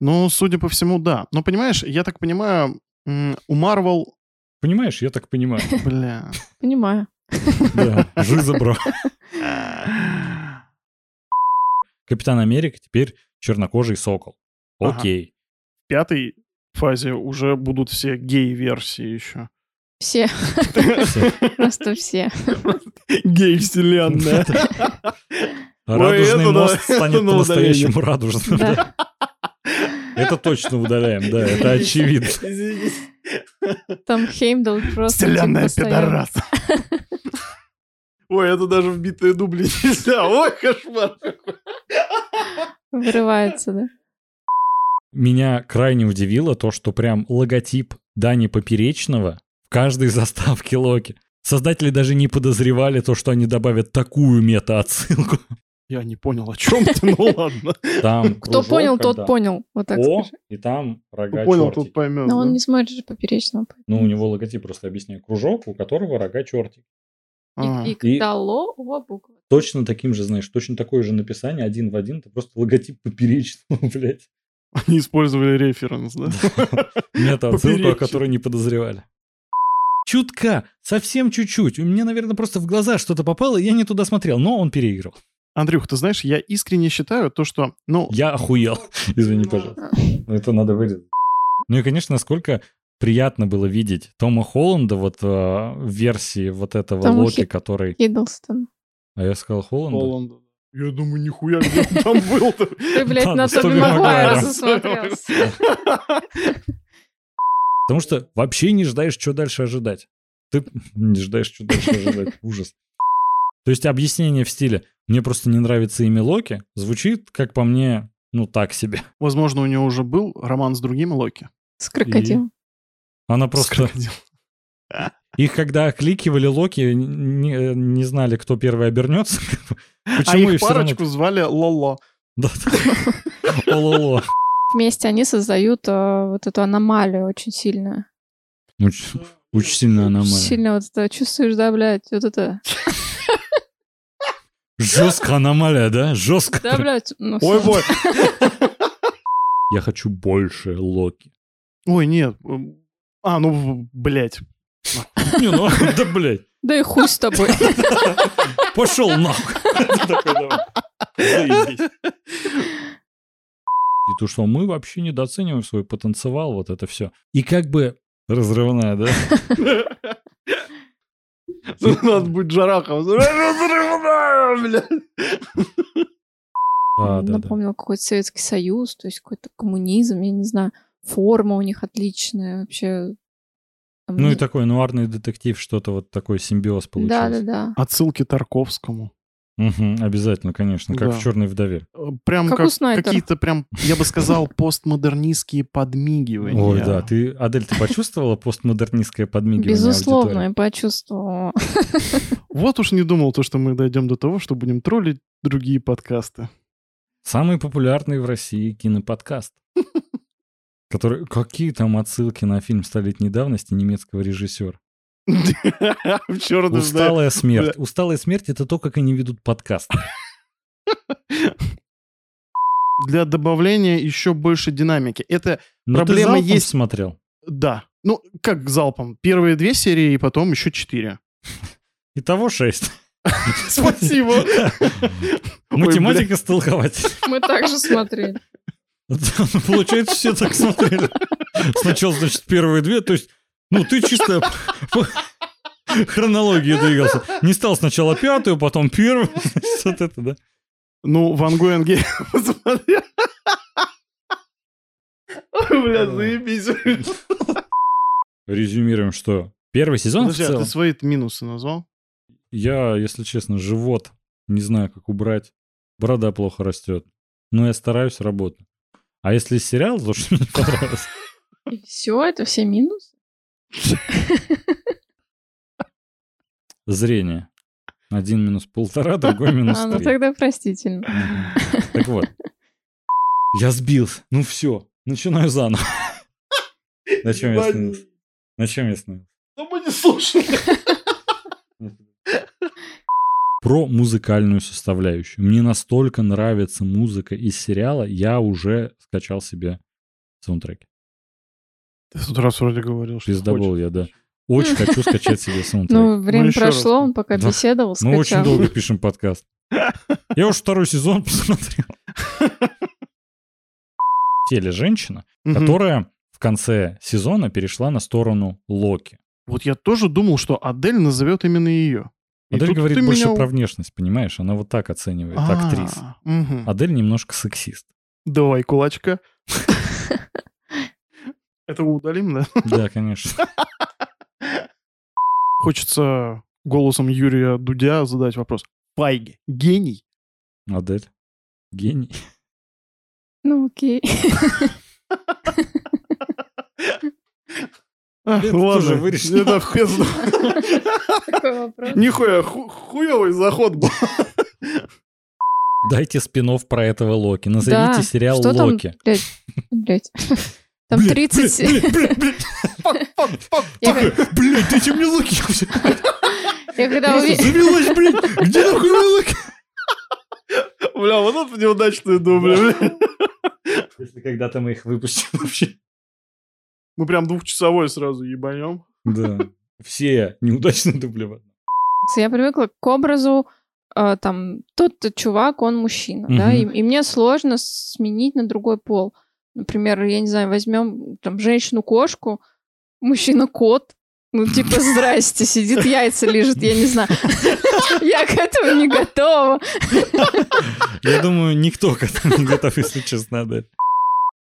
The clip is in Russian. Ну, судя по всему, да. Но понимаешь, я так понимаю, м, у Марвел... Понимаешь, я так понимаю. Бля. Понимаю. Да, жиза, бро. Капитан Америка теперь чернокожий сокол. Ага. Окей. В пятой фазе уже будут все гей-версии еще. Все, просто все. Гей-вселенная. Ой, Радужный это да, мост это станет на по-настоящему радужным. Да. Это точно удаляем, да, это очевидно. Там Хеймдал просто... типа, Вселенная постоянно. пидорас. Ой, это даже вбитые дубли нельзя. Ой, кошмар. Вырывается, да. Меня крайне удивило то, что прям логотип Дани Поперечного в каждой заставке Локи. Создатели даже не подозревали то, что они добавят такую мета-отсылку. Я не понял, о чем ты, ну ладно. Там Кто кружок, понял, тот когда понял. Вот так О, скажи. и там рога Ну, Понял, чертики. тут поймет. Но он да. не смотрит же поперечного. Ну, у него логотип, просто объясняю, кружок, у которого рога чертики. А. И И- Дало оба буквы. Точно таким же, знаешь, точно такое же написание, один в один, это просто логотип поперечного, блядь. Они использовали референс, да? Мета-отсылку, о Поперечный. которой не подозревали. Чутка, совсем чуть-чуть. У меня, наверное, просто в глаза что-то попало, и я не туда смотрел, но он переиграл. Андрюх, ты знаешь, я искренне считаю то, что, ну, Я охуел. Извини, пожалуйста. Но Это надо вырезать. Ну и, конечно, насколько приятно было видеть Тома Холланда вот э, в версии вот этого Тома Локи, Хи- который... Хиддлстон. А я сказал Холланда? Холланда. Я думаю, нихуя, где он там был-то? Ты, блядь, Да, на на Тоби Тоби Магуайра Магуайра. засмотрелся. Потому что вообще не ждаешь, что дальше ожидать. Ты не ждаешь, что дальше ожидать. Ужас. То есть объяснение в стиле «мне просто не нравится имя Локи» звучит, как по мне, ну так себе. Возможно, у него уже был роман с другим Локи. С крокодилом. Она просто... Крокодил. Их когда окликивали Локи, э, не, не знали, кто первый обернется. А Почему и их всё равно- парочку звали Лоло. Да. Ололо. Вместе они создают э, вот эту аномалию очень сильно. Очень очень сильная Очень аномалия. сильно вот это чувствуешь, да, блядь, вот это. Жесткая аномалия, да? Жестко. Да, блядь, ну, Ой, всё. бой. Я хочу больше Локи. Ой, нет. эм, А, ну, блядь. Не, ну, да, блядь. Да и хуй с тобой. Пошел нахуй. Ты такой, давай. Заебись. И то, что мы вообще недооцениваем свой потенциал, вот это все. И как бы разрывная, да? Тут Ну, надо будет Жарахов. Блядь. А, Да, да, да. Напомнил какой-то Советский Союз, то есть какой-то коммунизм, я не знаю. Форма у них отличная вообще. Там Ну и не- такой нуарный детектив, что-то вот такой симбиоз Да, да, получился. да. Отсылки Тарковскому. Мгм, Обязательно, конечно, как Да. в «Черной вдове». Э, Прям Как как у Снайдера. какие-то прям, я бы сказал, постмодернистские подмигивания. Ой, да. Ты, Адель, ты почувствовала постмодернистское подмигивание Безусловно, аудитории? я почувствовала. Вот уж не думал то, что мы дойдем до того, что будем троллить другие подкасты. Самый популярный в России киноподкаст. Который... Какие там отсылки на фильм «Столетней давности» немецкого режиссера? В черном Усталая смерть. Бля. Усталая смерть это то, как они ведут подкаст. Для добавления еще больше динамики. Это, Но ты Проблема залпом есть. смотрел. да, ну, как залпом. Первые две серии и потом еще четыре. Итого шесть. Спасибо. Математика столковать. Мы также смотрели. Получается, все так смотрели. Сначала, значит, первые две, то есть, ну, ты чисто по хронологии двигался. Не стал сначала пятую, потом первую. Значит, Вот это, да. Ну, Ван Гоенге, посмотри. Ой, бля, заебись. Резюмируем, что первый сезон в Подожди, а ты целом, свои минусы назвал? я, если честно, живот не знаю, как убрать. Борода плохо растет. Но я стараюсь работать. А если сериал, то что мне не понравилось? И все, это все минусы. Зрение. Один минус полтора, другой минус А, ну три. тогда простительно. Мгм. Так вот. Я сбился. Ну все, начинаю заново. На чем я Ебать. остановился? На чем я остановился? Да мы не слушали. Про музыкальную составляющую. Мне настолько нравится музыка из сериала, я уже скачал себе саундтреки. Ты с утра вроде говорил, что Пиздобол хочешь. я, да. Очень хочу скачать себе саундтрек. Ну, время еще раз. прошло, он пока Да. беседовал, Мы очень скачал. долго пишем подкаст. Я уже второй сезон посмотрел. Теле женщина, Мгм. которая в конце сезона перешла на сторону Локи. Вот я тоже думал, что Адель назовет именно ее. И Адель тут говорит ты больше меня у- про внешность, понимаешь? Она вот так оценивает А, актрис. мгм. Адель немножко сексист. Давай кулачка. Это удалим, да? Да, конечно. Хочется голосом Юрия Дудя задать вопрос. Пайги, гений? Адель. Гений. Ну, окей. А, Это тоже вырежь. Это в пизду. Такой вопрос. Нихуя, ху- хуёвый заход был. Дайте спинов про этого Локи. Назовите Да, сериал Что там, Локи. блядь, блядь. Там 30... Я как- Блять, ты чем мне Локи? я когда уви- завелась, блядь. Где нахуй Локи? Бля, вот это неудачные дубли. бля. Если когда-то мы их выпустим вообще. Мы прям двухчасовой сразу ебанем. Да. Все неудачные дублева. я привыкла к образу, э, там, тот чувак, он мужчина, да, и, Мгм. и мне сложно сменить на другой пол. Например, я не знаю, возьмем там женщину-кошку, мужчина-кот, ну, типа, здрасте, сидит, яйца лежит, я не знаю. Я к этому не готова. Я думаю, никто к этому не готов, если честно, да.